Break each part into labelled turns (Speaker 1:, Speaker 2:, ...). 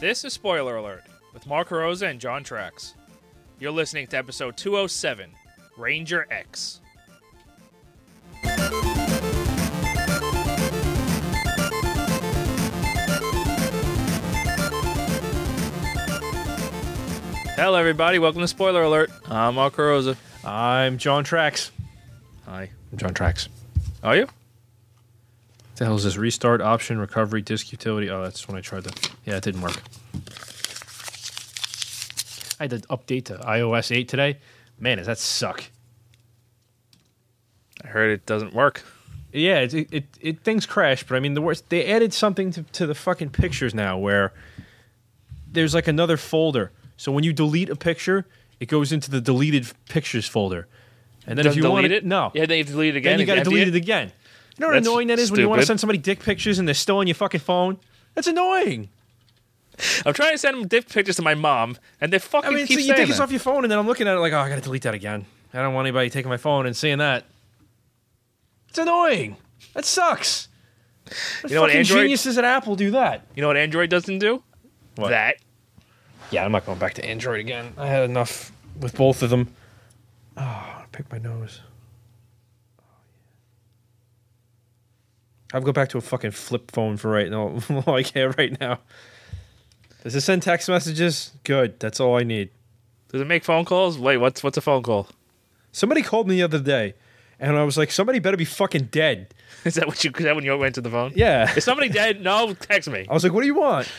Speaker 1: This is Spoiler Alert with Mark Rosa and John Trax. You're listening to episode 207, Ranger X. Hello, everybody. Welcome to Spoiler Alert. I'm Mark Rosa.
Speaker 2: I'm John Trax.
Speaker 1: Hi.
Speaker 2: I'm John Trax.
Speaker 1: Are you?
Speaker 2: What the hell is this? Restart option, recovery, disk utility. Oh, that's when I tried to. Yeah, it didn't work. I had to update to iOS 8 today. Man, does that suck?
Speaker 1: I heard it doesn't work.
Speaker 2: Yeah, it, it, it, it things crash, but I mean the worst. They added something to, to the fucking pictures now where there's like another folder. So when you delete a picture, it goes into the deleted pictures folder. And then
Speaker 1: Doesn't
Speaker 2: if you
Speaker 1: delete
Speaker 2: want
Speaker 1: it?
Speaker 2: no,
Speaker 1: Yeah, they delete it again.
Speaker 2: then you
Speaker 1: if
Speaker 2: got to
Speaker 1: empty
Speaker 2: delete it again. You know what
Speaker 1: That's
Speaker 2: annoying that is when you want to
Speaker 1: stupid.
Speaker 2: send somebody dick pictures and they're still on your fucking phone. That's annoying.
Speaker 1: I'm trying to send them dick pictures to my mom, and they fucking
Speaker 2: I mean,
Speaker 1: keep
Speaker 2: so you
Speaker 1: saying
Speaker 2: take
Speaker 1: that.
Speaker 2: this off your phone, and then I'm looking at it like, oh, I gotta delete that again. I don't want anybody taking my phone and seeing that. It's annoying. That sucks. What
Speaker 1: You know what
Speaker 2: fucking
Speaker 1: Android-
Speaker 2: geniuses at Apple do that?
Speaker 1: You know what Android doesn't do?
Speaker 2: What?
Speaker 1: That.
Speaker 2: Yeah, I'm not going back to Android again. I had enough with both of them. Oh, I picked my nose. Oh, yeah. I'll go back to a fucking flip phone for right now. all I care right now. Does it send text messages? Good. That's all I need.
Speaker 1: Does it make phone calls? Wait, what's what's a phone call?
Speaker 2: Somebody called me the other day, and I was like, somebody better be fucking dead.
Speaker 1: Is that what you? Is that when you went to the phone?
Speaker 2: Yeah.
Speaker 1: Is somebody dead? No, text me.
Speaker 2: I was like, what do you want?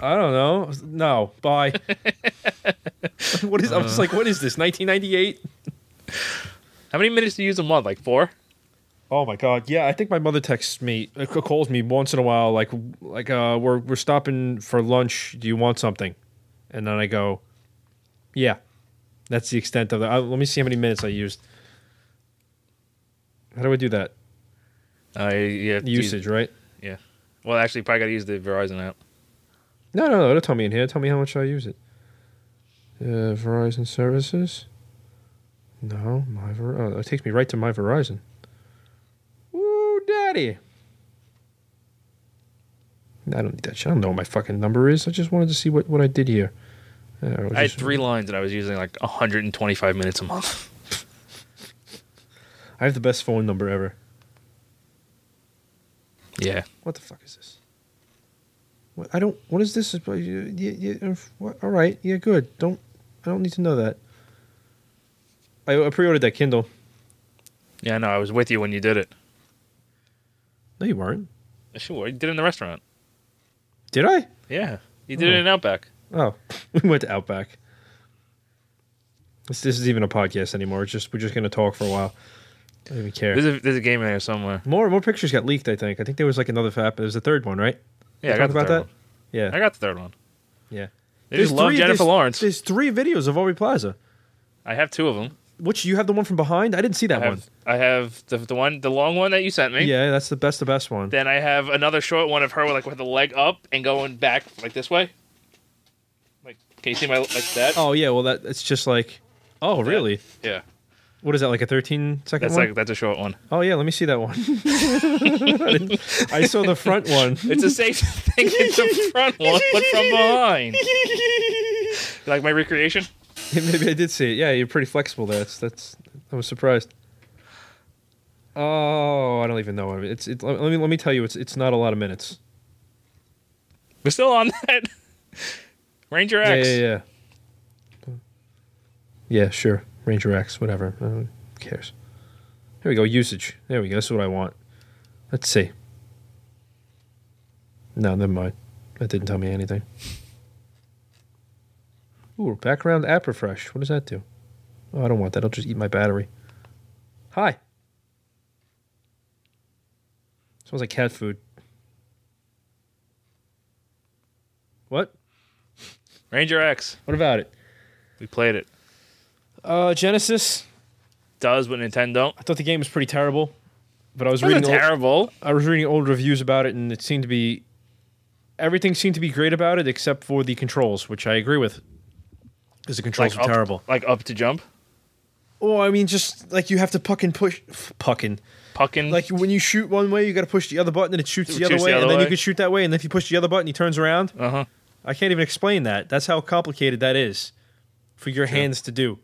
Speaker 2: I don't know. No. Bye. what is? I was like, what is this? 1998.
Speaker 1: How many minutes do you use a month? Like four.
Speaker 2: Oh my god, yeah. I think my mother texts me, uh, c- calls me once in a while, like like uh, we're we're stopping for lunch. Do you want something? And then I go, yeah. That's the extent of that. Uh, let me see how many minutes I used. How do I do that?
Speaker 1: Uh, yeah,
Speaker 2: Usage, right?
Speaker 1: yeah. Well, actually, you probably got to use the Verizon app.
Speaker 2: No, no, no. It'll tell me in here. Tell me how much I use it. Uh, Verizon services. No, my Ver- oh, it takes me right to my Verizon. Ooh, daddy. I don't need that shit. I don't know what my fucking number is. I just wanted to see what, what I did here. Uh, it was
Speaker 1: I had
Speaker 2: just-
Speaker 1: three lines and I was using like 125 minutes a month.
Speaker 2: I have the best phone number ever.
Speaker 1: Yeah.
Speaker 2: What the fuck is this? What I don't. What is this? about you- you- you- what- all right. Yeah, good. Don't. I don't need to know that. I, I pre-ordered that Kindle.
Speaker 1: Yeah, no, I was with you when you did it.
Speaker 2: No, you weren't.
Speaker 1: Sure, you did it in the restaurant.
Speaker 2: Did I?
Speaker 1: Yeah, you did it in Outback.
Speaker 2: Oh, we went to Outback. This, this is even a podcast anymore. It's just we're just gonna talk for a while. I don't even care.
Speaker 1: There's a, there's a game in there somewhere.
Speaker 2: More more pictures got leaked. I think. I think there was like another fap. It was the third one, right?
Speaker 1: Yeah, I got
Speaker 2: We talked
Speaker 1: the
Speaker 2: about
Speaker 1: third
Speaker 2: that. Yeah,
Speaker 1: One. I got the third one.
Speaker 2: yeah.
Speaker 1: They just love Jennifer
Speaker 2: there's-
Speaker 1: Lawrence.
Speaker 2: There's three videos of Aubrey Plaza.
Speaker 1: I have two of them.
Speaker 2: Which you have the one from behind? I didn't see that
Speaker 1: I have,
Speaker 2: one.
Speaker 1: I have the, the one, the long one that you sent me.
Speaker 2: Yeah, that's the best. The best one.
Speaker 1: Then I have another short one of her like with the leg up and going back like this way. Like, can you see my like that?
Speaker 2: oh yeah. Well, that it's just like. Oh really?
Speaker 1: yeah.
Speaker 2: What is that? Like a 13 second
Speaker 1: That's
Speaker 2: one?
Speaker 1: like that's a short one.
Speaker 2: oh yeah. Let me see that one. I saw the front one.
Speaker 1: It's the same thing as the front one, but from behind. You like my recreation?
Speaker 2: Yeah, Maybe I did see it. Yeah, you're pretty flexible there. That's that's. I was surprised. Oh, I don't even know. It's it, let me let me tell you. It's it's not a lot of minutes.
Speaker 1: We're still on that. Ranger
Speaker 2: Yeah,
Speaker 1: X.
Speaker 2: yeah, yeah. Yeah, sure. Ranger X, whatever. Uh, who cares? Here we go. Usage. There we go. That's what I want. Let's see. No, never mind. That didn't tell me anything. Ooh, background app refresh. What does that do? Oh, I don't want that. I'll just eat my battery. Hi. Smells like cat food. What?
Speaker 1: Ranger X.
Speaker 2: What about it?
Speaker 1: We played it.
Speaker 2: Uh, Genesis.
Speaker 1: Does what Nintendo. don't.
Speaker 2: I thought the game was pretty terrible, but I was
Speaker 1: Wasn't
Speaker 2: reading old,
Speaker 1: terrible.
Speaker 2: I was reading old reviews about it, and it seemed to be everything seemed to be great about it except for the controls, which I agree with. Because the controls
Speaker 1: up,
Speaker 2: are terrible.
Speaker 1: Like up to jump.
Speaker 2: Oh, I mean, just like you have to puck and push, f- pucking.
Speaker 1: Pucking.
Speaker 2: Like when you shoot one way, you got to push the other button, and it shoots
Speaker 1: It
Speaker 2: the other
Speaker 1: shoots the
Speaker 2: way,
Speaker 1: other
Speaker 2: and then
Speaker 1: way.
Speaker 2: you can shoot that way, and if you push the other button, he turns around.
Speaker 1: uh huh.
Speaker 2: I can't even explain that. That's how complicated that is for your
Speaker 3: Sure.
Speaker 2: hands to do.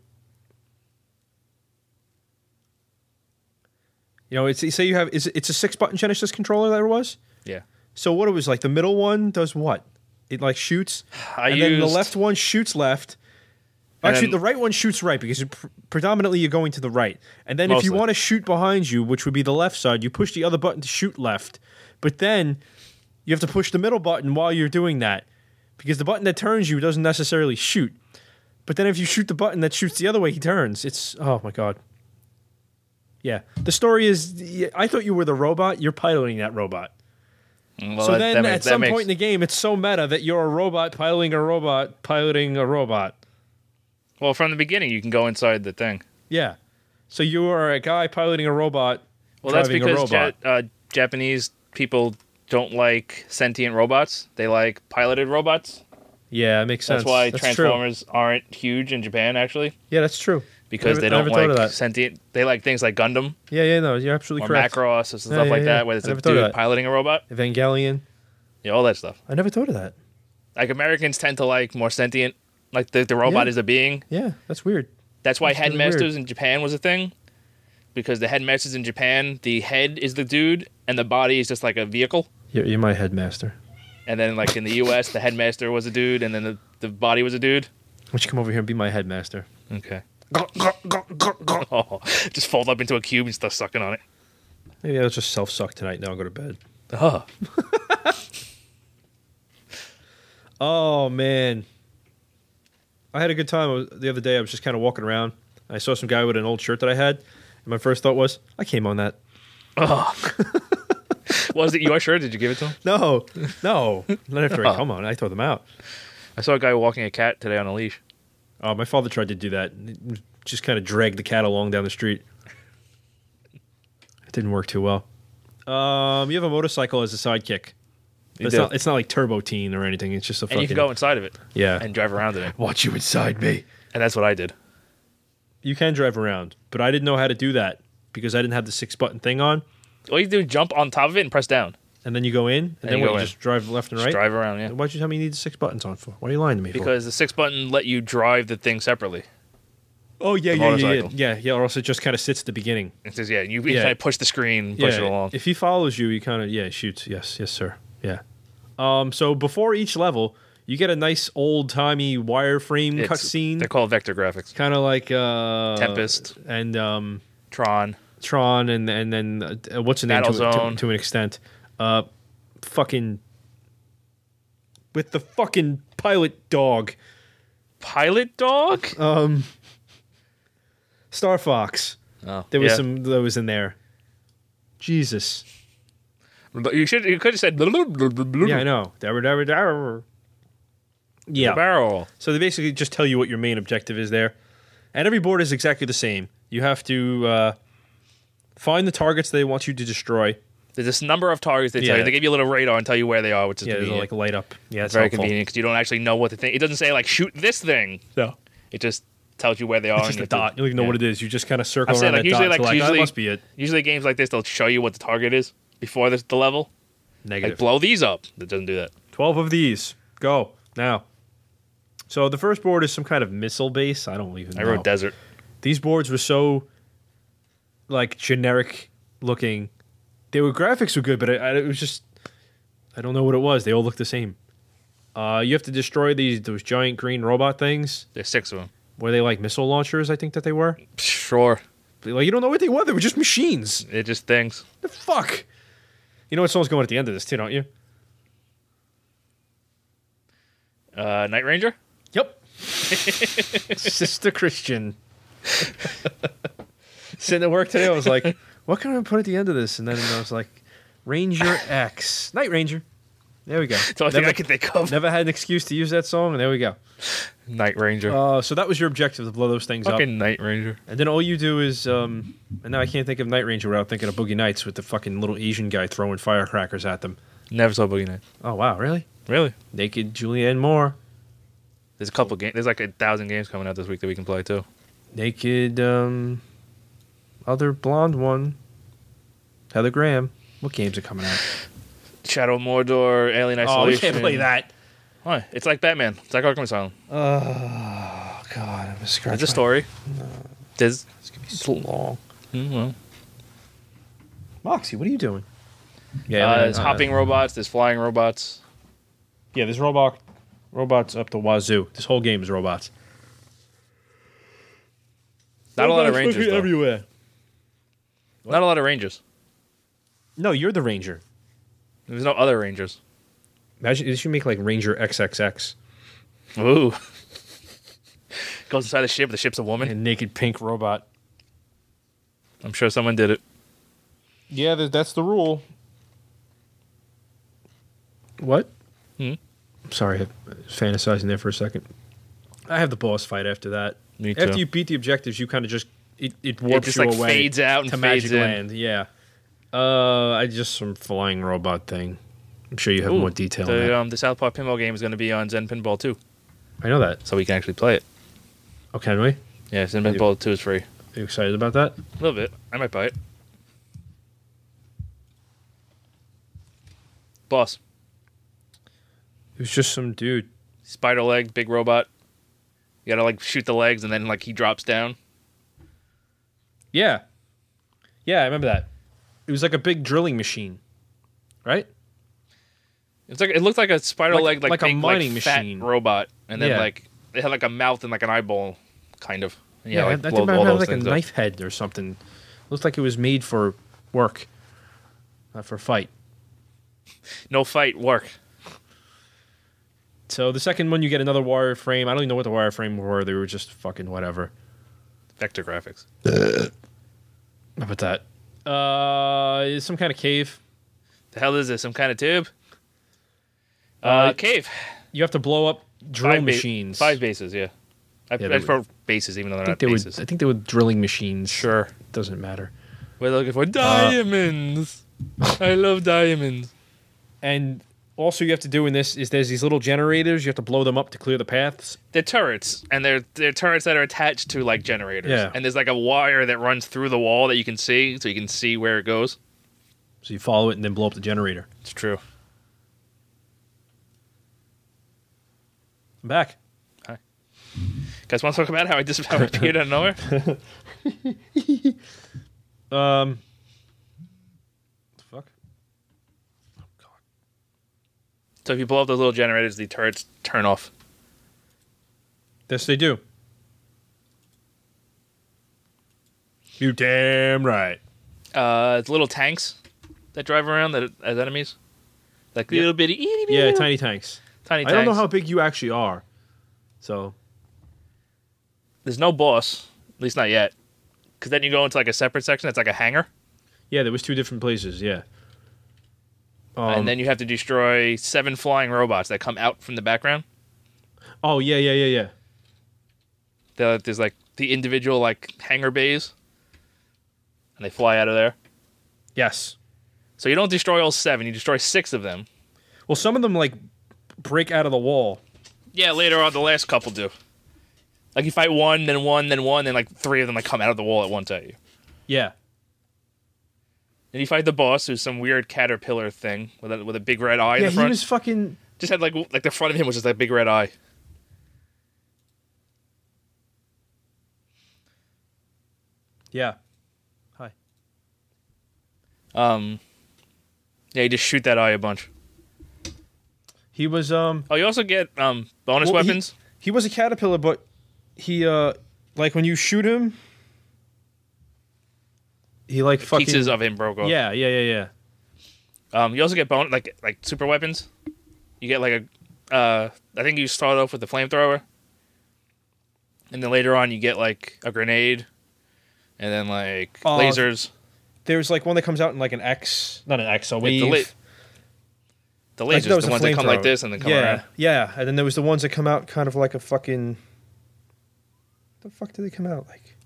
Speaker 2: You know, it's say you have is it- it's a six button Genesis controller that it was.
Speaker 1: Yeah.
Speaker 2: So what it was like the middle one does what? It like shoots,
Speaker 1: I
Speaker 2: and then the
Speaker 1: used-
Speaker 2: left one shoots left.
Speaker 1: And
Speaker 2: Actually,
Speaker 1: then-
Speaker 2: the right one shoots right because you pr- predominantly you're going to the right. And then if you
Speaker 1: Mostly.
Speaker 2: want to shoot behind you, which would be the left side, you push the other button to shoot left. But then you have to push the middle button while you're doing that because the button that turns you doesn't necessarily shoot. But then if you shoot the button that shoots the other way, he turns. It's oh my god. Yeah, the story is. yeah, I thought you were the robot. You're piloting that robot
Speaker 1: Mm, Well,
Speaker 2: so
Speaker 1: Oh, that- that
Speaker 2: then
Speaker 1: makes-
Speaker 2: at
Speaker 1: that
Speaker 2: some
Speaker 1: makes-
Speaker 2: point in the game, it's so meta that you're a robot piloting a robot piloting a robot.
Speaker 1: well, from the beginning, you can go inside the thing.
Speaker 2: Yeah. So you are a guy piloting a robot.
Speaker 1: Well, that's
Speaker 2: driving
Speaker 1: because
Speaker 2: a
Speaker 1: ja-
Speaker 2: robot.
Speaker 1: uh, Japanese people don't like sentient robots. They like piloted robots.
Speaker 2: yeah, it makes sense.
Speaker 1: That's why
Speaker 2: true.
Speaker 1: Transformers aren't huge in Japan, actually,
Speaker 2: Yeah, that's true.
Speaker 1: because
Speaker 2: Never-
Speaker 1: they don't
Speaker 2: never thought of
Speaker 1: like
Speaker 2: that.
Speaker 1: sentient. They like things like Gundam
Speaker 2: Yeah, yeah, no, you're absolutely
Speaker 1: or
Speaker 2: correct.
Speaker 1: Macross and stuff
Speaker 2: yeah,
Speaker 1: like
Speaker 2: yeah.
Speaker 1: that, where there's
Speaker 2: I
Speaker 1: a
Speaker 2: never thought of
Speaker 1: dude
Speaker 2: that.
Speaker 1: piloting a robot.
Speaker 2: Evangelion.
Speaker 1: Yeah, all that stuff.
Speaker 2: I never thought of that.
Speaker 1: Like Americans tend to like more sentient. Like the, the robot
Speaker 2: Yeah.
Speaker 1: is a being.
Speaker 2: Yeah, that's weird.
Speaker 1: That's why
Speaker 2: That's really
Speaker 1: headmasters
Speaker 2: weird.
Speaker 1: in Japan was a thing, because the headmasters in Japan, the head is the dude and the body is just like a vehicle.
Speaker 2: You're, you're my headmaster.
Speaker 1: And then like in the U.S., the headmaster was a dude, and then the, the body was a dude.
Speaker 2: Why don't you come over here and be my headmaster?
Speaker 1: Okay. Oh, just fold up into a cube and start sucking on it.
Speaker 2: Maybe I'll just self suck tonight. Now I'll go to bed.
Speaker 1: Oh.
Speaker 2: Oh man, I had a good time I was- the other day. I was just kind of walking around. I saw some guy with an old shirt that I had, and my first thought was, I came on that.
Speaker 1: Oh. Was it your shirt? Did you give it to him?
Speaker 2: No, no, not after I come on. I throw them out.
Speaker 1: I saw a guy walking a cat today on a leash.
Speaker 2: Uh, my father tried to do that. and he Just kind of dragged the cat along down the street. It didn't work too well. Um, you have a motorcycle as a sidekick.
Speaker 1: You
Speaker 2: It's
Speaker 1: do.
Speaker 2: not, it's not like Turbo Teen or anything. It's just a
Speaker 1: and
Speaker 2: fucking
Speaker 1: you can go inside of it
Speaker 2: yeah.
Speaker 1: and drive around in it.
Speaker 2: Watch you inside me.
Speaker 1: And that's what I did.
Speaker 2: You can drive around, but I didn't know how to do that because I didn't have the six button thing on.
Speaker 1: All you do is jump on top of it and press down.
Speaker 2: and then you go in, and, then
Speaker 1: you
Speaker 2: what,
Speaker 1: go
Speaker 2: you
Speaker 1: in.
Speaker 2: just drive left and
Speaker 1: Just
Speaker 2: right.
Speaker 1: drive around, yeah.
Speaker 2: Why'd you tell me you need six buttons on for? Why are you lying to me? for?
Speaker 1: Because the six button let you drive the thing separately.
Speaker 2: oh
Speaker 1: the
Speaker 2: yeah, yeah, yeah, yeah,
Speaker 1: motorcycle.
Speaker 2: yeah, yeah. Or else it just kind of sits at the beginning.
Speaker 1: It says, yeah, you,
Speaker 2: Yeah.
Speaker 1: kind of push the screen, push it
Speaker 2: yeah,
Speaker 1: along.
Speaker 2: If he follows you, he kind of yeah shoots. Yes, yes, sir. Yeah. Um. So before each level, you get a nice old timey wireframe
Speaker 1: It's- They're
Speaker 2: cutscene,
Speaker 1: called vector graphics.
Speaker 2: kind of like uh,
Speaker 1: Tempest.
Speaker 2: and um,
Speaker 1: Tron.
Speaker 2: Tron, and and then uh, what's the name to, to,
Speaker 1: Battlezone.
Speaker 2: to an extent, uh, fucking with the fucking pilot dog.
Speaker 1: Pilot dog?
Speaker 2: Star Fox.
Speaker 1: Oh,
Speaker 2: There was
Speaker 1: yeah.
Speaker 2: some that was in there. Jesus.
Speaker 1: But You should. You could have said.
Speaker 2: Yeah,
Speaker 1: Yeah,
Speaker 2: I know. Dabber, dabber, dabber. Yeah.
Speaker 1: Barrel.
Speaker 2: So they basically just tell you what your main objective is there. And every board is exactly the same. You have to uh, find the targets they want you to destroy.
Speaker 1: There's this number of targets they tell
Speaker 2: Yeah.
Speaker 1: you. They give you a little radar and tell you where they are, which is
Speaker 2: Yeah, there's a,
Speaker 1: convenient.
Speaker 2: like light up. Yeah,
Speaker 1: it's
Speaker 2: it's
Speaker 1: very
Speaker 2: helpful.
Speaker 1: convenient because you don't actually know what the thing. It doesn't say like shoot this thing.
Speaker 2: No.
Speaker 1: It just tells you where they are.
Speaker 2: It's just a dot. You don't even know what it is. You just kind of circle
Speaker 1: I'm saying
Speaker 2: around
Speaker 1: like
Speaker 2: that
Speaker 1: usually
Speaker 2: dot.
Speaker 1: like,
Speaker 2: so, like oh,
Speaker 1: usually
Speaker 2: that must be it.
Speaker 1: usually games like this they'll show you what the target is before the, the level. Like
Speaker 2: Negative.
Speaker 1: blow these up. It doesn't do that.
Speaker 2: 12 of these. Go. Now. So the first board is some kind of missile base. I don't even
Speaker 1: I
Speaker 2: know.
Speaker 1: wrote desert.
Speaker 2: these boards were so like generic looking. They were graphics were good, but I, I, it was just I don't know what it was. They all looked the same. Uh, you have to destroy these those giant green robot things.
Speaker 1: There's six of them.
Speaker 2: Were they like missile launchers? I think that they were.
Speaker 1: Sure.
Speaker 2: Like you don't know what they were. They were just machines.
Speaker 1: It just things.
Speaker 2: The fuck. You know what song's going at the end of this too, don't you?
Speaker 1: Uh, Night Ranger.
Speaker 2: Yep. Sister Christian. Sitting at work today, I was like, what can I put at the end of this? And then I was like, Ranger X. Night Ranger. There we go.
Speaker 1: That's all I
Speaker 2: never,
Speaker 1: think I can think of.
Speaker 2: never had an excuse to use that song, and there we go.
Speaker 1: Night Ranger.
Speaker 2: Uh, so that was your objective to blow those things up.
Speaker 1: Fucking Night Ranger.
Speaker 2: And then all you do is, um, and now I can't think of Night Ranger without thinking of Boogie Nights with the fucking little Asian guy throwing firecrackers at them.
Speaker 1: Never saw Boogie Nights.
Speaker 2: Oh, wow, really?
Speaker 1: Really?
Speaker 2: Naked Julianne Moore.
Speaker 1: There's a couple games. There's like a thousand games coming out this week that we can play too.
Speaker 2: naked um other blonde one heather graham what games are coming out Oh,
Speaker 1: Shadow of Mordor, Alien Isolation.
Speaker 2: that
Speaker 1: Why? It's like Batman. It's like Arkham Asylum.
Speaker 2: Oh God, I'm scratching.
Speaker 1: There's a story. There's
Speaker 2: It's gonna be so long.
Speaker 1: mm, well,
Speaker 2: Moxie, what are you doing?
Speaker 1: uh,
Speaker 3: I-
Speaker 1: there's
Speaker 3: I-
Speaker 1: hopping robots. There's flying robots.
Speaker 2: Yeah, there's robot robots up the wazoo. This whole game is robots.
Speaker 1: Not a lot of
Speaker 2: Robots
Speaker 1: rangers.
Speaker 2: fucking
Speaker 1: Though.
Speaker 2: everywhere.
Speaker 1: Not a lot of rangers.
Speaker 2: No, you're the ranger.
Speaker 1: There's no other rangers.
Speaker 2: Imagine they should make like Ranger XXX
Speaker 1: Ooh. Goes inside the ship. The ship's a woman.
Speaker 2: and naked pink robot.
Speaker 1: I'm sure someone did it.
Speaker 2: Yeah, th- that's the rule. What?
Speaker 1: Hmm?
Speaker 2: I'm sorry, I was fantasizing there for a second. I have the boss fight after that.
Speaker 1: Me
Speaker 2: After
Speaker 1: too.
Speaker 2: you beat the objectives, you kind of just it, it warps
Speaker 1: just,
Speaker 2: you
Speaker 1: like,
Speaker 2: away.
Speaker 1: fades out and
Speaker 2: to
Speaker 1: fades
Speaker 2: magic
Speaker 1: in.
Speaker 2: land. Yeah. Uh, I just some flying robot thing. I'm sure you have more detail. on that.
Speaker 1: The, um, the Southpaw pinball game is going to be on Zen Pinball 2,
Speaker 2: I know that.
Speaker 1: so we can actually play it.
Speaker 2: Oh, can we? Are
Speaker 1: Yeah, Zen Pinball 2 is free.
Speaker 2: you excited about that?
Speaker 1: A little bit. I might buy it. Boss.
Speaker 2: It was just some dude.
Speaker 1: Spider leg, big robot. You gotta like shoot the legs and then like he drops down.
Speaker 2: Yeah. Yeah, I remember that. It was like a big drilling machine, right?
Speaker 1: It's like it looked like a spider
Speaker 2: Like-
Speaker 1: leg, like,
Speaker 2: like a
Speaker 1: big,
Speaker 2: mining
Speaker 1: fat
Speaker 2: machine.
Speaker 1: robot, and then
Speaker 2: Yeah.
Speaker 1: like it had like a mouth and like an eyeball, kind of. Yeah, like
Speaker 2: I,
Speaker 1: blow
Speaker 2: I think I
Speaker 1: all
Speaker 2: had
Speaker 1: those
Speaker 2: like a
Speaker 1: things up.
Speaker 2: knife head or something. Looks like it was made for work, not for fight.
Speaker 1: No fight, work.
Speaker 2: So the second one, you get another wireframe. I don't even know what the wireframe were. They were just fucking whatever.
Speaker 1: Vector graphics.
Speaker 2: How about that? Uh, it's some kind of cave.
Speaker 1: The hell is this? Some kind of tube? Uh,
Speaker 2: Uh,
Speaker 1: cave.
Speaker 2: You have to blow up drill
Speaker 1: Five ba-
Speaker 2: machines.
Speaker 1: five bases. Yeah, I,
Speaker 2: Yeah,
Speaker 1: I
Speaker 2: they
Speaker 1: just wrote bases, even though they're
Speaker 2: I think
Speaker 1: not
Speaker 2: they were.
Speaker 1: bases.
Speaker 2: I think they were drilling machines.
Speaker 1: Sure.
Speaker 2: doesn't matter.
Speaker 1: We're looking for diamonds. I love diamonds.
Speaker 2: And also, you have to do in this is there's these little generators. You have to blow them up to clear the paths.
Speaker 1: They're turrets, and they're they're turrets that are attached to like generators.
Speaker 2: Yeah.
Speaker 1: And there's like a wire that runs through the wall that you can see, so you can see where it goes.
Speaker 2: So you follow it and then blow up the generator.
Speaker 1: It's true.
Speaker 2: I'm back.
Speaker 1: Guys, want to talk about how I just how I appeared out of nowhere?
Speaker 2: Um. The fuck.
Speaker 1: So if you blow up those little generators, the turrets turn off.
Speaker 2: Yes, they do. You damn right.
Speaker 1: Uh, it's little tanks that drive around that as enemies, like little bitty,
Speaker 2: Yeah, tiny tanks.
Speaker 1: tiny.
Speaker 2: I don't know
Speaker 1: tanks.
Speaker 2: how big you actually are. So
Speaker 1: there's no boss, at least not yet. Because then you go into like a separate section that's like a hangar,
Speaker 2: yeah, there was two different places. Yeah. Um,
Speaker 1: and then you have to destroy seven flying robots that come out from the background.
Speaker 2: oh yeah yeah yeah yeah.
Speaker 1: They're- There's like the individual like hangar bays, and they fly out of there.
Speaker 2: Yes.
Speaker 1: So you don't destroy all seven; you destroy six of them.
Speaker 2: Well, some of them like break out of the wall.
Speaker 1: Yeah, later on, the last couple do. Like you fight one, then one, then one, then like three of them like come out of the wall at once at you.
Speaker 2: Yeah.
Speaker 1: Then you fight the boss, who's some weird caterpillar thing with a, with a big red eye in
Speaker 2: Yeah,
Speaker 1: the
Speaker 2: he
Speaker 1: front.
Speaker 2: was fucking.
Speaker 1: Just had like w- like the front of him was just that big red eye.
Speaker 2: Yeah.
Speaker 1: Um, yeah, you just shoot that eye a bunch.
Speaker 2: He was um.
Speaker 1: Oh, you also get um bonus
Speaker 2: Well, he-
Speaker 1: weapons.
Speaker 2: He, was a caterpillar, but he uh like when you shoot him, he like fucking
Speaker 1: Pieces of him broke off.
Speaker 2: yeah yeah yeah yeah.
Speaker 1: Um, you also get bonus like like super weapons. You get like a, uh, I think you start off with the flamethrower, and then later on you get like a grenade, and then like
Speaker 2: Oh,
Speaker 1: lasers.
Speaker 2: There's like one that comes out in like an X, not an X, a wave.
Speaker 1: the, la- the
Speaker 2: Like,
Speaker 1: lasers,
Speaker 2: that was
Speaker 1: the
Speaker 2: a
Speaker 1: ones that come like
Speaker 2: flamethrower.
Speaker 1: this and then come
Speaker 2: yeah,
Speaker 1: around.
Speaker 2: Yeah, and then there was the ones that come out kind of like a fucking. The fuck do they come out like?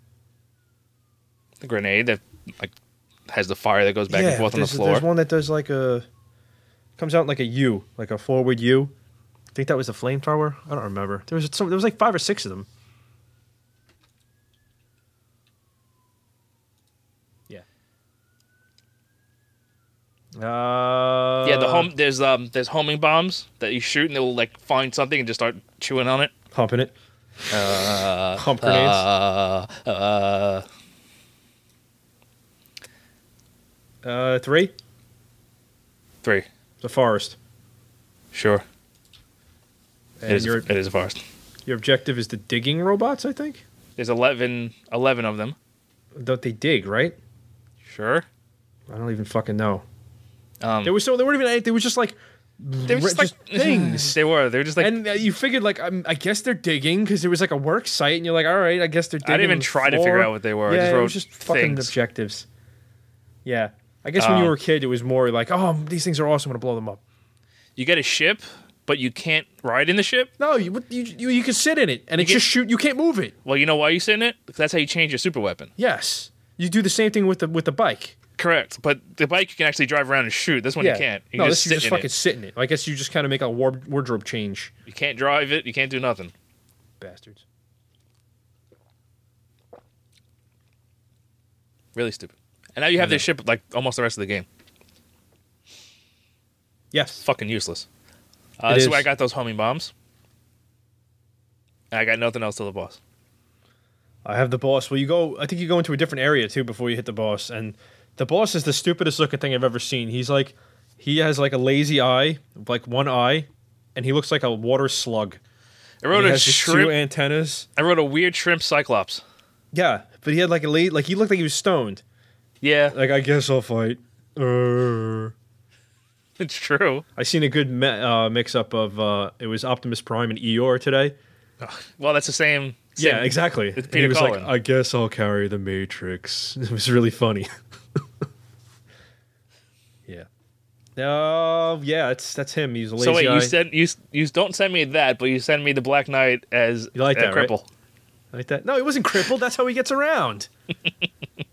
Speaker 1: The grenade that like has the fire that goes back and
Speaker 2: Yeah,
Speaker 1: forth on the
Speaker 2: there's, There's
Speaker 1: floor.
Speaker 2: one that does like a comes out like a U, like a forward U. I think that was the flamethrower. I don't remember. There was some, there was like five or six of them. Yeah. Uh, Uh,
Speaker 1: yeah, the home there's um there's homing bombs that you shoot and they will like find something and just start chewing on it.
Speaker 2: humping it.
Speaker 1: Uh,
Speaker 2: Hump grenades.
Speaker 1: Uh, uh,
Speaker 2: Uh, three,
Speaker 1: three.
Speaker 2: the forest.
Speaker 1: Sure.
Speaker 2: And
Speaker 1: It is,
Speaker 2: your
Speaker 1: it is a forest.
Speaker 2: your objective is the digging robots. I think.
Speaker 1: There's 11, 11 of them.
Speaker 2: Don't they dig? Right.
Speaker 1: Sure.
Speaker 2: I don't even fucking know.
Speaker 1: Um,
Speaker 2: There was so there weren't even anything. They were just like
Speaker 1: they were just,
Speaker 2: re-
Speaker 1: like things. they were. They were just like.
Speaker 2: and uh, you figured like i I guess they're digging because there was like a work site, and you're like, all right, I guess they're. digging
Speaker 1: I didn't even
Speaker 2: the
Speaker 1: try to
Speaker 2: floor.
Speaker 1: figure out what they were.
Speaker 2: Yeah,
Speaker 1: I just
Speaker 2: it
Speaker 1: wrote
Speaker 2: was just fucking
Speaker 1: things.
Speaker 2: objectives. Yeah, I guess when you
Speaker 1: Um,
Speaker 2: were a kid, it was more like, oh, these things are awesome. I'm gonna blow them up.
Speaker 1: you get a ship, but you can't ride in the ship.
Speaker 2: No, you you you, you can sit in it, and it
Speaker 1: get-
Speaker 2: just shoot. You can't move it.
Speaker 1: Well, you know why you sit in it? Because that's how you change your super weapon.
Speaker 2: Yes, you do the same thing with the with the bike.
Speaker 1: Correct. But the bike you can actually drive around and shoot. This one
Speaker 2: yeah,
Speaker 1: you can't. You
Speaker 2: no,
Speaker 1: can
Speaker 2: this
Speaker 1: just
Speaker 2: you just
Speaker 1: sit in
Speaker 2: fucking
Speaker 1: it.
Speaker 2: sit in it. I guess you just kind of make a war- wardrobe change,
Speaker 1: You can't drive it. You can't do nothing.
Speaker 2: bastards.
Speaker 1: Really stupid. And now you have this ship like almost the rest of the game.
Speaker 2: Yes,
Speaker 1: Fucking useless. Uh,
Speaker 2: It
Speaker 1: this is
Speaker 2: is.
Speaker 1: where I got those homing bombs. And I got nothing else to the boss.
Speaker 2: I have the boss. Well, you go. I think you go into a different area too before you hit the boss, and the boss is the stupidest looking thing I've ever seen. He's like, he has like a lazy eye, like one eye, and he looks like a water slug.
Speaker 1: I wrote
Speaker 2: he
Speaker 1: a
Speaker 2: has these two
Speaker 1: shrimp.
Speaker 2: antennas.
Speaker 1: I wrote a weird shrimp cyclops.
Speaker 2: Yeah, but he had like a la- like he looked like he was stoned.
Speaker 1: Yeah,
Speaker 2: Like I guess I'll fight. Err.
Speaker 1: it's true.
Speaker 2: I seen a good me- uh, mix up of uh, it was Optimus Prime and Eeyore today.
Speaker 1: Well, that's the same.
Speaker 2: Yeah,
Speaker 1: same-
Speaker 2: exactly.
Speaker 1: It's
Speaker 2: And
Speaker 1: Peter
Speaker 2: he was like,
Speaker 1: Cullen.
Speaker 2: I guess I'll carry the Matrix. It was really funny. yeah. Oh, yeah, it's that's him. He's a lazy
Speaker 1: So wait,
Speaker 2: eye.
Speaker 1: you said you you don't send me that, but you send me the Black Knight as
Speaker 2: You like
Speaker 1: a
Speaker 2: that, right?
Speaker 1: cripple.
Speaker 2: like that. No, he wasn't crippled. That's how he gets around.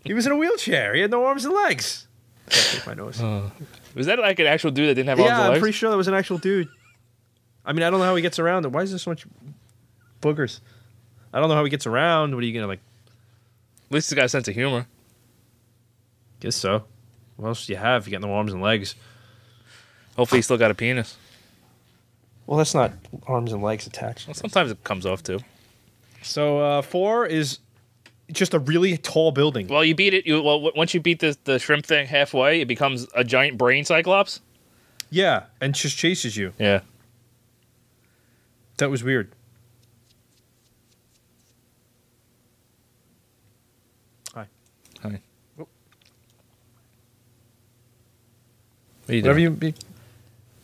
Speaker 2: he was in a wheelchair. He had no arms and legs. I gotta take my nose.
Speaker 1: Was that like an actual dude that didn't have arms
Speaker 2: yeah,
Speaker 1: and
Speaker 2: I'm
Speaker 1: legs?
Speaker 2: pretty sure that was an actual dude. I mean, I don't know how he gets around. Why is there so much boogers? I don't know how he gets around. What are you gonna like?
Speaker 1: At least he's got a sense of humor.
Speaker 2: Guess so. What else do you have? You got no arms and legs.
Speaker 1: Hopefully, he's still got a penis.
Speaker 2: Well, that's not arms and legs attached.
Speaker 1: Well, sometimes it comes off too.
Speaker 2: So uh, four is just a really tall building.
Speaker 1: Well, you beat it. You well, w- once you beat the the shrimp thing halfway, it becomes a giant brain cyclops.
Speaker 2: Yeah, and just chases you.
Speaker 1: Yeah,
Speaker 2: That was weird. Hi.
Speaker 1: Hi.
Speaker 2: Oop.
Speaker 1: What are you
Speaker 2: Whatever
Speaker 1: doing?
Speaker 2: you be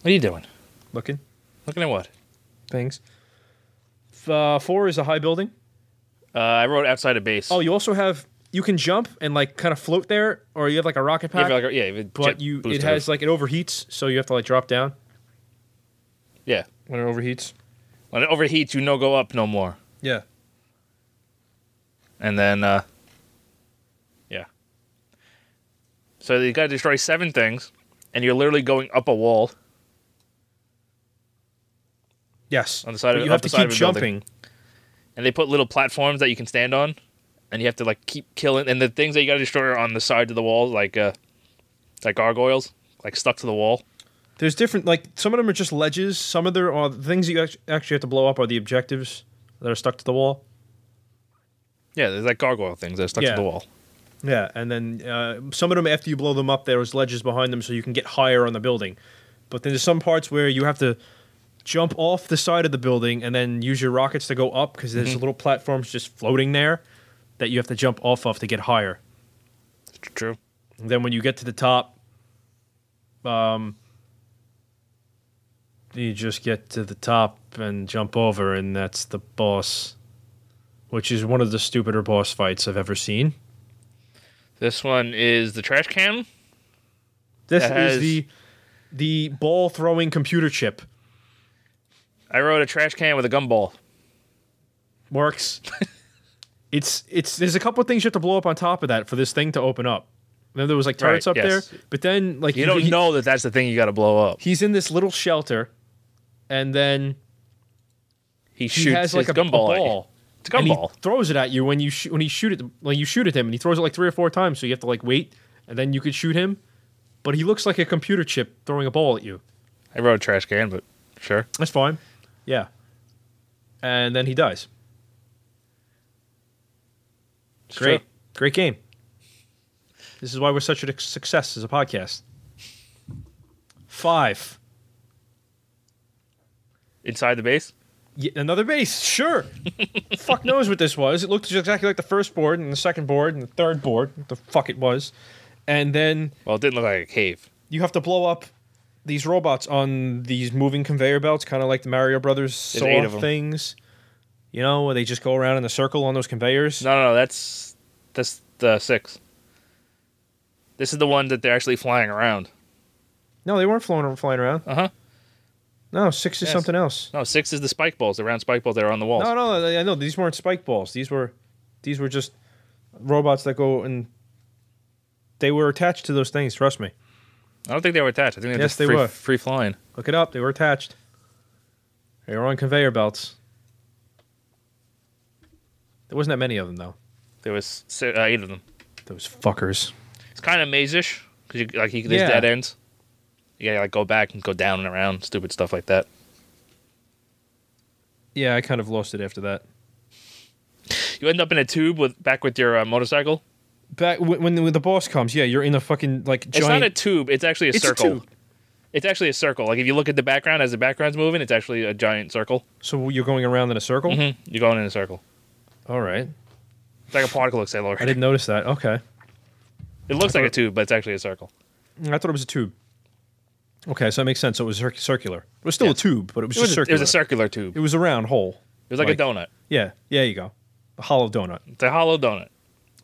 Speaker 1: what are you doing?
Speaker 2: looking
Speaker 1: Looking at what?
Speaker 2: things. F- Uh, four is a high building.
Speaker 1: Uh, I wrote outside a base.
Speaker 2: Oh, you also have you can jump and like kind of float there, or you have like a rocket
Speaker 1: yeah,
Speaker 2: pack.
Speaker 1: like, yeah if
Speaker 2: but
Speaker 1: jet
Speaker 2: you it
Speaker 1: boosted
Speaker 2: has like it overheats, so you have to like drop down
Speaker 1: yeah.
Speaker 2: when it overheats.
Speaker 1: When it overheats, you no go up no more.
Speaker 2: Yeah.
Speaker 1: And then, uh, yeah. So you got to destroy seven things, and you're literally going up a wall.
Speaker 2: Yes.
Speaker 1: On the side
Speaker 2: But
Speaker 1: of-
Speaker 2: you
Speaker 1: up
Speaker 2: have
Speaker 1: the
Speaker 2: to
Speaker 1: side
Speaker 2: keep
Speaker 1: of a building.
Speaker 2: jumping.
Speaker 1: And they put little platforms that you can stand on, and you have to like keep killing. And the things that you got to destroy are on the sides of the wall, like uh, like gargoyles, like stuck to the wall.
Speaker 2: There's different, like some of them are just ledges. Some of them are the things that you act- actually have to blow up are the objectives that are stuck to the wall.
Speaker 1: Yeah, there's like gargoyle things that are stuck
Speaker 2: Yeah.
Speaker 1: to the wall.
Speaker 2: Yeah, and then uh, some of them after you blow them up, there's ledges behind them so you can get higher on the building. But then there's some parts where you have to jump off the side of the building and then use your rockets to go up because there's little platforms just floating there that you have to jump off of to get higher.
Speaker 1: It's True.
Speaker 2: And then when you get to the top, um, you just get to the top and jump over, and that's the boss, which is one of the stupider boss fights I've ever seen.
Speaker 1: This one is the trash can.
Speaker 2: This
Speaker 1: That has-
Speaker 2: is the the ball throwing computer chip.
Speaker 1: I wrote a trash can with a gumball.
Speaker 2: Works. it's it's there's a couple of things you have to blow up on top of that for this thing to open up. Then there was like turrets
Speaker 1: Right,
Speaker 2: up
Speaker 1: yes.
Speaker 2: there, but then like
Speaker 1: You don't
Speaker 2: he-
Speaker 1: know that that's the thing you got to blow up.
Speaker 2: he's in this little shelter, and then
Speaker 1: He
Speaker 2: he
Speaker 1: shoots
Speaker 2: has like
Speaker 1: his
Speaker 2: a, a
Speaker 1: gumball. at you.
Speaker 2: ball.
Speaker 1: It's a
Speaker 2: and he
Speaker 1: gumball.
Speaker 2: throws it at you when you shoot when he shoot it when you shoot at him and he throws it like three or four times so you have to like wait and then you could shoot him but he looks like a computer chip throwing a ball at you.
Speaker 1: I wrote trash can, but sure.
Speaker 2: That's fine. Yeah. And then he dies.
Speaker 1: It's
Speaker 2: Great.
Speaker 1: true.
Speaker 2: Great game. This is why we're such a success as a podcast. Five.
Speaker 1: Inside the base.
Speaker 2: Ye- another base, sure. fuck knows what this was. It looked just exactly like the first board and the second board and the third board. What the fuck it was. And then
Speaker 1: Well, it didn't look like a cave.
Speaker 2: you have to blow up these robots on these moving conveyor belts, kind of like the Mario Brothers
Speaker 1: There's eight of
Speaker 2: saw
Speaker 1: 'em.
Speaker 2: things. You know, where they just go around in a circle on those conveyors.
Speaker 1: No, no, no. That's that's the six. This is the one that they're actually flying around.
Speaker 2: No, they weren't flying flying around.
Speaker 1: Uh huh.
Speaker 2: No, six is
Speaker 1: Yes.
Speaker 2: something else.
Speaker 1: No, six is the spike balls, the round spike balls that are on the walls.
Speaker 2: No, no, I- I know these weren't spike balls. These were, these were just robots that go and they were attached to those things. Trust me.
Speaker 1: I don't think they were attached. I think they're
Speaker 2: Yes,
Speaker 1: just
Speaker 2: they
Speaker 1: free,
Speaker 2: were.
Speaker 1: free flying.
Speaker 2: Look it up. They were attached. They were on conveyor belts. There wasn't that many of them though.
Speaker 1: There was si- uh, eight of them.
Speaker 2: Those fuckers.
Speaker 1: It's kind of maze-ish because like he, there's
Speaker 2: Yeah.
Speaker 1: dead ends. You gotta like go back and go down and around, stupid stuff like that.
Speaker 2: Yeah, I kind of lost it after that.
Speaker 1: You end up in a tube with back with your uh, motorcycle.
Speaker 2: Back when, when, the, when the boss comes, yeah, you're in a fucking like
Speaker 1: It's
Speaker 2: giant.
Speaker 1: not a tube. It's actually a
Speaker 2: It's a
Speaker 1: circle.
Speaker 2: tube.
Speaker 1: It's actually a circle. Like if you look at the background as the background's moving, it's actually a giant circle.
Speaker 2: so you're going around in a circle.
Speaker 1: hmm You're going in a circle. Mm-hmm.
Speaker 2: All right,
Speaker 1: It's like a particle accelerator.
Speaker 2: I didn't notice that. Okay,
Speaker 1: It looks like a tube, but it's actually a circle.
Speaker 2: I thought it was a tube. Okay, so that makes sense. So it was cir- circular. It was still
Speaker 1: Yes.
Speaker 2: a tube, but it was,
Speaker 1: It was,
Speaker 2: just
Speaker 1: a, it
Speaker 2: circular.
Speaker 1: was a circular tube.
Speaker 2: It
Speaker 1: It
Speaker 2: was a round hole.
Speaker 1: was like,
Speaker 2: like-
Speaker 1: a donut.
Speaker 2: Yeah, yeah, you go. A hollow donut.
Speaker 1: It's a hollow donut.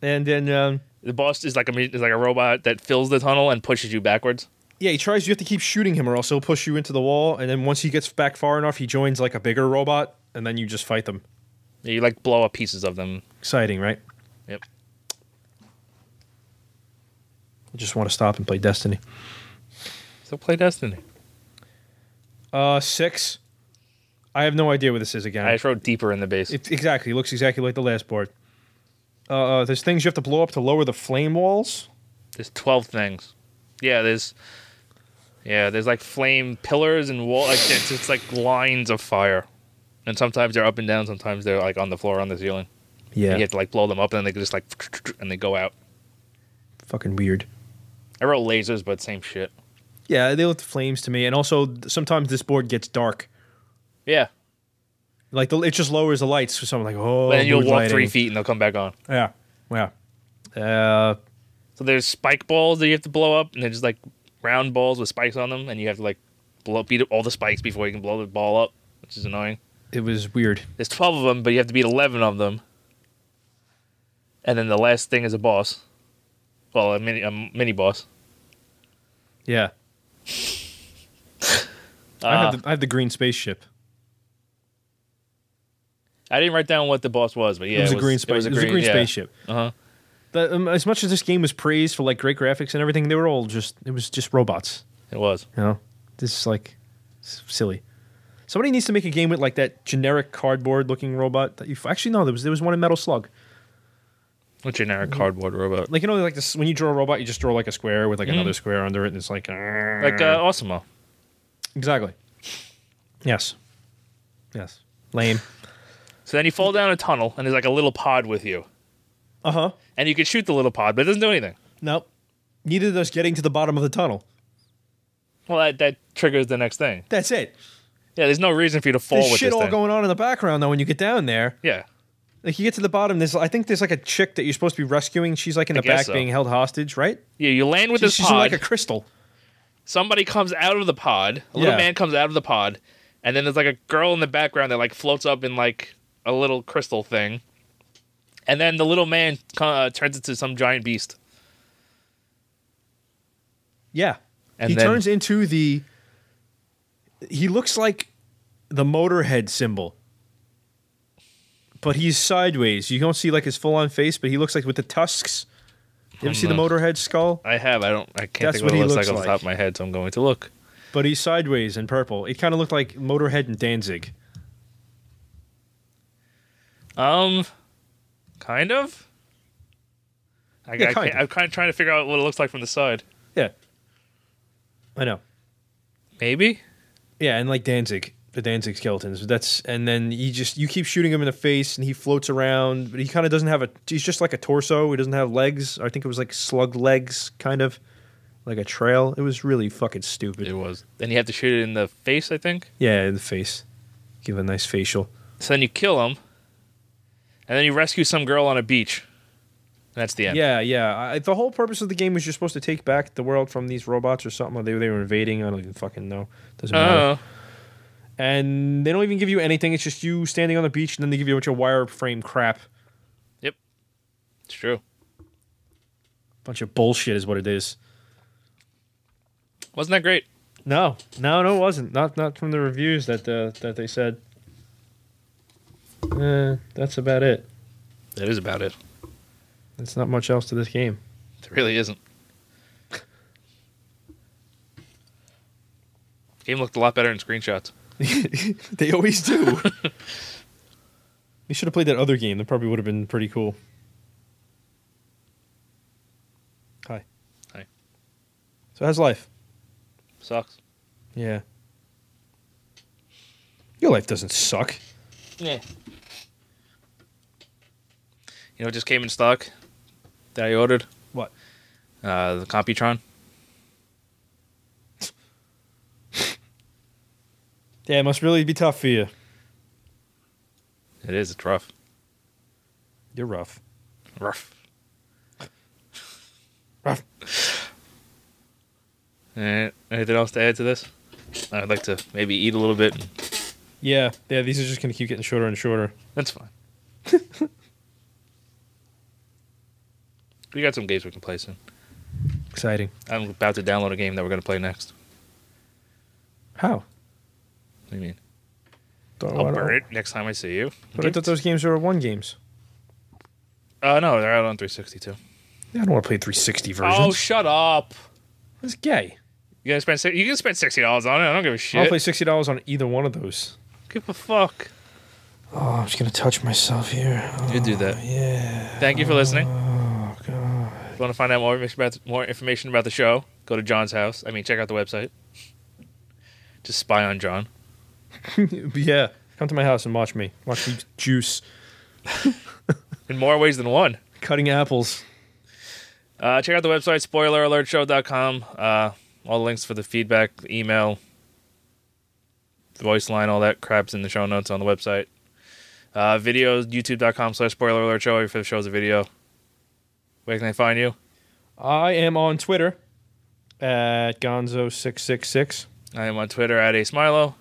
Speaker 2: And then um,
Speaker 1: The boss is like a is like a robot that fills the tunnel and pushes you backwards.
Speaker 2: Yeah, he tries. You have to keep shooting him, or else he'll push you into the wall. And then once he gets back far enough, he joins like a bigger robot, and then you just fight them.
Speaker 1: You like blow up pieces of them.
Speaker 2: Exciting, right?
Speaker 1: Yep.
Speaker 2: I just want to stop and play Destiny.
Speaker 1: So play Destiny.
Speaker 2: Uh, six. I have no idea what this is again.
Speaker 1: I just wrote deeper in the base.
Speaker 2: It exactly it looks exactly like the last board. Uh, uh, there's things you have to blow up to lower the flame walls.
Speaker 1: There's twelve things. Yeah, there's yeah, there's like flame pillars and wall like it's, it's like lines of fire. And sometimes they're up and down, sometimes they're like on the floor, on the ceiling.
Speaker 2: Yeah,
Speaker 1: You have to like blow them up and then they just like and they go out.
Speaker 2: fucking weird.
Speaker 1: I wrote lasers, but same shit.
Speaker 2: Yeah, they look flames to me, and also th- sometimes this board gets dark.
Speaker 1: Yeah.
Speaker 2: Like the, it just lowers the lights, so I'm like, oh.
Speaker 1: But then you'll
Speaker 2: mood
Speaker 1: walk three
Speaker 2: lighting.
Speaker 1: feet and they'll come back on.
Speaker 2: Yeah, yeah. Uh,
Speaker 1: So there's spike balls that you have to blow up, and they're just like round balls with spikes on them, and you have to like blow beat up all the spikes before you can blow the ball up, which is annoying.
Speaker 2: it was weird.
Speaker 1: There's 12 of them, but you have to beat 11 of them. And then the last thing is a boss. Well, a mini, a mini boss.
Speaker 2: Yeah, I,
Speaker 1: Uh,
Speaker 2: have the, I have the green spaceship.
Speaker 1: I didn't write down what the boss was, but yeah,
Speaker 2: it, was a green space. It was a green,
Speaker 1: yeah.
Speaker 2: spaceship.
Speaker 1: Uh-huh.
Speaker 2: The- um, as much as this game was praised for like great graphics and everything, they were all just it was just robots.
Speaker 1: It was.
Speaker 2: You know, this is like s- silly. Somebody needs to make a game with like that generic cardboard looking robot. That you f- actually no, there was there was one in Metal Slug.
Speaker 1: A generic cardboard robot.
Speaker 2: Like you know, like this when you draw a robot, you just draw like a square with like
Speaker 1: Mm-hmm.
Speaker 2: another square under it, and it's like
Speaker 1: Like uh, Osimo.
Speaker 2: exactly. Yes, yes, lame.
Speaker 1: So then you fall down a tunnel, and there's like a little pod with you.
Speaker 2: Uh huh.
Speaker 1: And you can shoot the little pod, but it doesn't do anything.
Speaker 2: Nope. Neither of us getting to the bottom of the tunnel.
Speaker 1: Well, that, that triggers the next thing.
Speaker 2: That's it.
Speaker 1: Yeah, there's no reason for you to fall
Speaker 2: there's
Speaker 1: with
Speaker 2: shit
Speaker 1: this
Speaker 2: all
Speaker 1: thing.
Speaker 2: going on in the background though when you get down there.
Speaker 1: yeah,
Speaker 2: Like you get to the bottom, there's I think there's like a chick that you're supposed to be rescuing. She's like in the
Speaker 1: guess
Speaker 2: back
Speaker 1: so.
Speaker 2: being held hostage, right?
Speaker 1: yeah. You land with this
Speaker 2: she's in
Speaker 1: pod.
Speaker 2: like a crystal.
Speaker 1: somebody comes out of the pod. A little
Speaker 2: Yeah.
Speaker 1: man comes out of the pod, and then there's like a girl in the background that like floats up in like a little crystal thing, and then the little man uh, turns into some giant beast.
Speaker 2: Yeah.
Speaker 1: And
Speaker 2: he
Speaker 1: then-
Speaker 2: turns into the he looks like the motorhead symbol. But he's sideways. You don't see like his full on face, but he looks like with the tusks. You
Speaker 1: Oh,
Speaker 2: ever see the motorhead skull?
Speaker 1: I have. I don't. I can't
Speaker 2: That's
Speaker 1: think
Speaker 2: what
Speaker 1: what,
Speaker 2: he
Speaker 1: it looks,
Speaker 2: looks
Speaker 1: like off the
Speaker 2: like.
Speaker 1: top of my head, so I'm going to look.
Speaker 2: But he's sideways and purple. It kind of looked like Motorhead and Danzig.
Speaker 1: Um, kind of. I,
Speaker 2: Yeah,
Speaker 1: I
Speaker 2: kind
Speaker 1: can't, I'm kind of trying to figure out what it looks like from the side.
Speaker 2: Yeah. I know.
Speaker 1: Maybe.
Speaker 2: Yeah, and like Danzig, the Danzig skeletons. That's and then you just you keep shooting him in the face, and he floats around, but he kind of doesn't have a. He's just like a torso. He doesn't have legs. I think it was like slug legs, kind of like a trail. It was really fucking stupid.
Speaker 1: was. Then you have to shoot it in the face, I think.
Speaker 2: Yeah, in the face, give it a nice facial.
Speaker 1: So then you kill him, and then you rescue some girl on a beach. And that's the end.
Speaker 2: Yeah, yeah. I, the whole purpose of the game was you're supposed to take back the world from these robots or something. Or they they were invading. I don't even fucking know. Doesn't matter.
Speaker 1: Oh,
Speaker 2: and they don't even give you anything. It's just you standing on the beach, and then they give you a bunch of wireframe crap.
Speaker 1: it's true.
Speaker 2: Bunch of bullshit is what it is.
Speaker 1: Wasn't that great?
Speaker 2: No, no, no, it wasn't. Not not from the reviews that uh, that they said. Eh, that's about it.
Speaker 1: That is about it.
Speaker 2: There's not much else to this game.
Speaker 1: There really isn't. Game looked a lot better in screenshots.
Speaker 2: they always do. you should have played that other game. That probably would have been pretty cool. Hi.
Speaker 1: Hi.
Speaker 2: So how's life?
Speaker 1: Sucks.
Speaker 2: Yeah. Your life doesn't suck.
Speaker 1: Yeah. You know, it just came in stock that I ordered.
Speaker 2: What?
Speaker 1: Uh, the Computron.
Speaker 2: Yeah, it must really be tough for you.
Speaker 1: It is. It's rough.
Speaker 2: You're rough.
Speaker 1: Rough.
Speaker 2: Rough.
Speaker 1: Eh, anything else to add to this? I'd like to maybe eat a little bit.
Speaker 2: Yeah, yeah. These are just gonna keep getting shorter and shorter.
Speaker 1: That's fine. we got some games we can play soon.
Speaker 2: Exciting.
Speaker 1: I'm about to download a game that we're going to play next.
Speaker 2: How?
Speaker 1: What do you mean?
Speaker 2: Don't- Oh, I
Speaker 1: I'll
Speaker 2: don't-
Speaker 1: burn it next time I see you.
Speaker 2: But I thought those games were one games.
Speaker 1: Uh, no, they're out on 360 too.
Speaker 2: Yeah, I don't want to play 360
Speaker 1: Oh,
Speaker 2: versions.
Speaker 1: shut up!
Speaker 2: it's gay.
Speaker 1: You gonna spend si- you can spend sixty dollars on it. I don't give a shit.
Speaker 2: I'll play sixty dollars on either one of those.
Speaker 1: give a fuck.
Speaker 2: Oh, I'm just gonna touch myself here.
Speaker 1: You do that.
Speaker 2: yeah.
Speaker 1: Thank you for listening. If you want to find out more information about more information about the show, go to John's house. I mean, check out the website. Just spy on John.
Speaker 2: yeah. Come to my house and watch me. Watch me juice,
Speaker 1: in more ways than one.
Speaker 2: cutting apples.
Speaker 1: Uh, check out the website, spoileralertshow.com. Uh, all the links for the feedback, email, voice line, all that crap's in the show notes on the website. Uh, videos, youtube.com slash spoiler alert show. Every fifth show is a video. Where can they find you?
Speaker 2: I am on Twitter at Gonzo666.
Speaker 1: I am on Twitter at Ace Milo.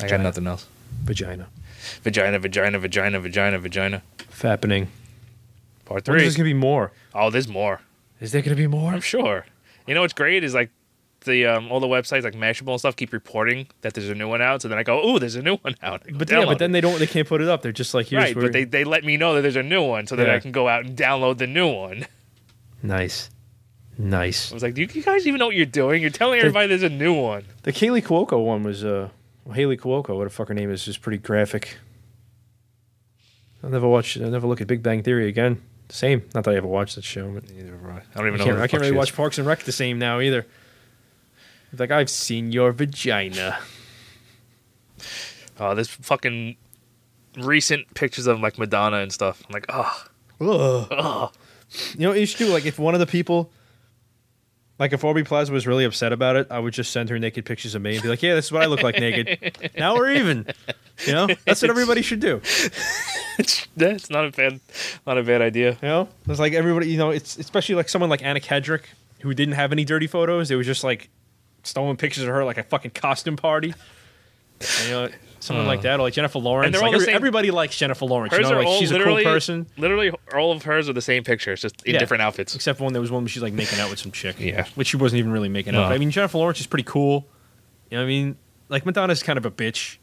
Speaker 1: I got nothing else.
Speaker 2: Vagina.
Speaker 1: Vagina, vagina, vagina, vagina, vagina.
Speaker 2: Fappening.
Speaker 1: Part
Speaker 2: When's
Speaker 1: three.
Speaker 2: there's gonna be more?
Speaker 1: Oh, there's more.
Speaker 2: Is there gonna be more?
Speaker 1: I'm sure. You know what's great is like the um, all the websites like Mashable and stuff keep reporting that there's a new one out. So then I go, oh, there's a new one out. I go
Speaker 2: But yeah,
Speaker 1: download
Speaker 2: but then
Speaker 1: it.
Speaker 2: they don't. They can't put it up. They're just like, here's
Speaker 1: right,
Speaker 2: where-
Speaker 1: but they, they let me know that there's a new one, so that
Speaker 2: Yeah.
Speaker 1: I can go out and download the new one.
Speaker 2: nice,
Speaker 1: I
Speaker 2: nice.
Speaker 1: was like, do you guys even know what you're doing? You're telling everybody there's a new one.
Speaker 2: The Kaylee Cuoco one was uh, well, Haley Cuoco. What a fucker name is. Is pretty graphic. I'll never watch. I'll never look at Big Bang Theory again. Same. Not that I ever watched that show, but
Speaker 1: I don't
Speaker 2: I
Speaker 1: even know.
Speaker 2: can't,
Speaker 1: who the
Speaker 2: I can't
Speaker 1: fuck
Speaker 2: really
Speaker 1: she is.
Speaker 2: watch Parks and Rec the same now either. It's Like I've seen your vagina.
Speaker 1: Oh, there's fucking recent pictures of like Madonna and stuff. I'm like, oh,
Speaker 2: Ugh. You know what you should do? Like if one of the people, like if Orby Plaza was really upset about it, I would just send her naked pictures of me and be like, "Yeah, this is what I look like naked." Now we're even. You know, that's what everybody should do.
Speaker 1: that's not a bad, not a bad idea.
Speaker 2: You know, it's like everybody. You know, it's especially like someone like Anna Kedrick who didn't have any dirty photos. It was just like stolen pictures of her like a fucking costume party. And, you know, someone like that, or like Jennifer Lawrence.
Speaker 1: Uh. they're
Speaker 2: Like,
Speaker 1: all the
Speaker 2: every-
Speaker 1: same-
Speaker 2: Everybody likes Jennifer Lawrence.
Speaker 1: Hers
Speaker 2: you know,
Speaker 1: are
Speaker 2: like
Speaker 1: all
Speaker 2: she's a cool
Speaker 1: literally,
Speaker 2: person,
Speaker 1: literally all of hers are the same pictures, just in
Speaker 2: Yeah.
Speaker 1: different outfits.
Speaker 2: except for one. There was one where she's like making out with some chick.
Speaker 1: Yeah.
Speaker 2: which she wasn't even really making out.
Speaker 1: No.
Speaker 2: I mean, Jennifer Lawrence is pretty cool. You know, what I mean, like Madonna's kind of a bitch,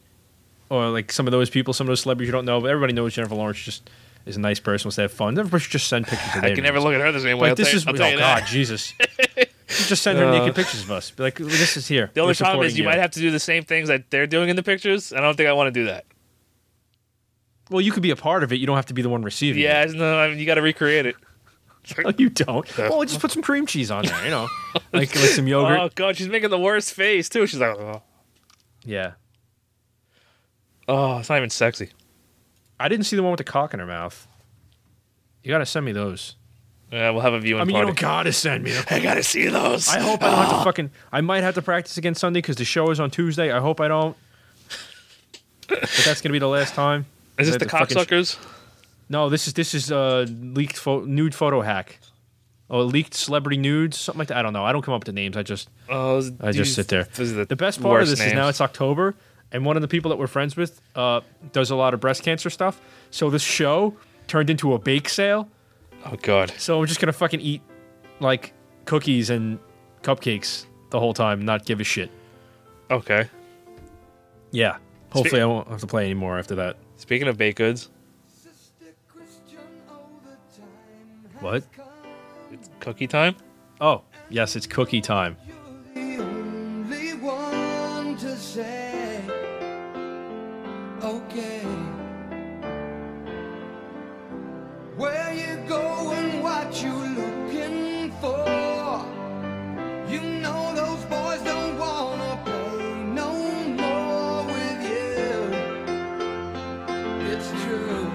Speaker 2: or like some of those people, some of those celebrities you don't know, but everybody knows Jennifer Lawrence just is a nice person, wants to have fun. Everybody should just send pictures. Of
Speaker 1: I
Speaker 2: their
Speaker 1: can
Speaker 2: names.
Speaker 1: never look at her the same way.
Speaker 2: Like Uh,
Speaker 1: I'll
Speaker 2: this
Speaker 1: tell you-
Speaker 2: is
Speaker 1: I'll
Speaker 2: oh
Speaker 1: tell you that.
Speaker 2: god, Jesus! just send her naked pictures of us. Be like this is here.
Speaker 1: The
Speaker 2: We're
Speaker 1: only problem is
Speaker 2: supporting
Speaker 1: you might have to do the same things that they're doing in the pictures. and I don't think I want to do that.
Speaker 2: Well, you could be a part of it. You don't have to be the one receiving. it.
Speaker 1: Yeah, it's- no, I mean, you got to recreate it.
Speaker 2: No, you don't. Well, just put some cream cheese on there, you know, like, like some yogurt.
Speaker 1: Oh god, she's making the worst face too. She's like, oh,
Speaker 2: yeah,
Speaker 1: oh it's not even sexy.
Speaker 2: I didn't see the one with the cock in her mouth. You gotta send me those.
Speaker 1: Yeah, we'll have a viewing
Speaker 2: I mean, you
Speaker 1: party.
Speaker 2: don't gotta send me them.
Speaker 1: I gotta see those.
Speaker 2: I hope I don't have to fucking. I might have to practice again Sunday because the show is on Tuesday. I hope I don't. But that's gonna be the last time.
Speaker 1: Is this
Speaker 2: That
Speaker 1: the
Speaker 2: fucking-
Speaker 1: cocksuckers?
Speaker 2: No, this is this is uh, leaked pho- nude photo hack. Oh, leaked celebrity nudes, something like that. I don't know. I don't come up with the names. I just
Speaker 1: Oh, those-
Speaker 2: I just
Speaker 1: these-
Speaker 2: sit there.
Speaker 1: those are
Speaker 2: The best part of
Speaker 1: worst
Speaker 2: this is now
Speaker 1: names.
Speaker 2: it's October, and one of the people that we're friends with uh, does a lot of breast cancer stuff. So this show turned into a bake sale.
Speaker 1: Oh god.
Speaker 2: So I'm just gonna fucking eat like cookies and cupcakes the whole time, not give a shit.
Speaker 1: Okay.
Speaker 2: Yeah. Hopefully, I won't have to play anymore after that.
Speaker 1: Speaking of baked goods,
Speaker 2: What?
Speaker 1: cookie time.
Speaker 2: Oh, yes, it's cookie time.
Speaker 3: Okay. Where you going, what you looking for? You know those boys don't wanna play no more with you. It's true.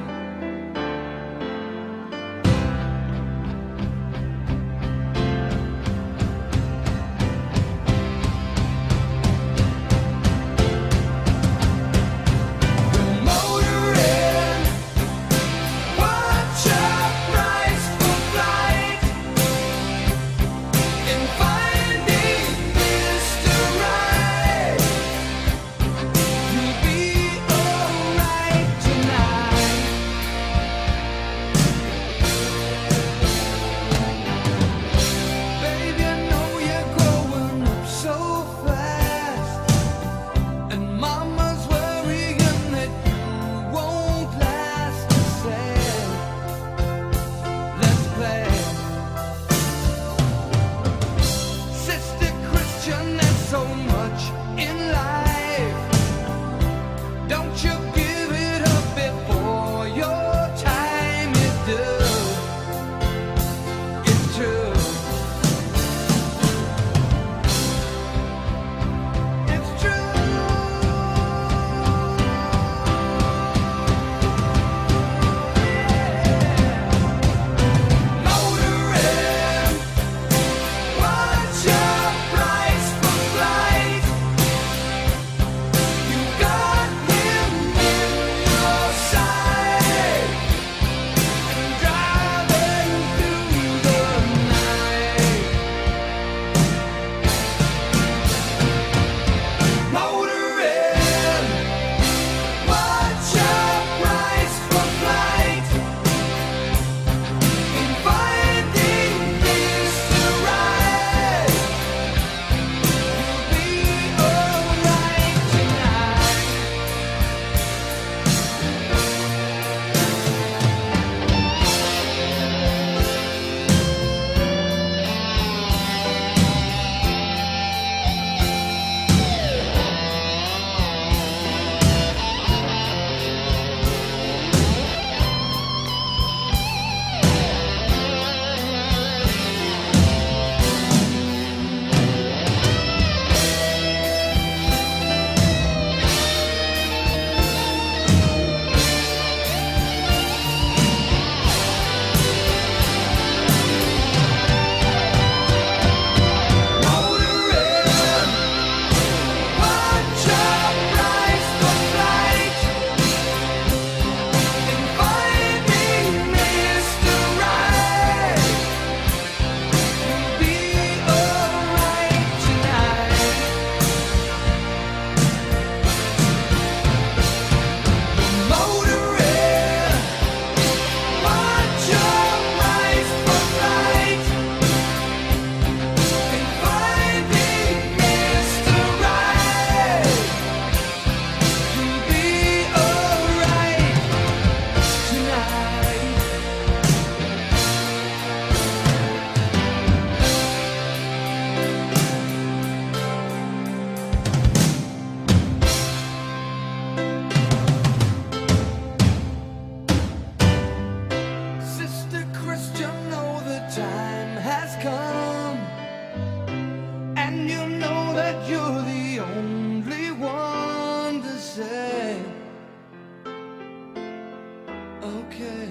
Speaker 3: okay.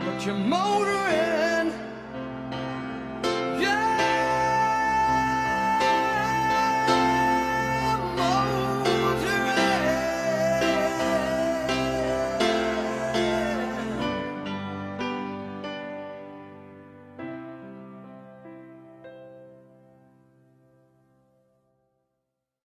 Speaker 3: But your motor is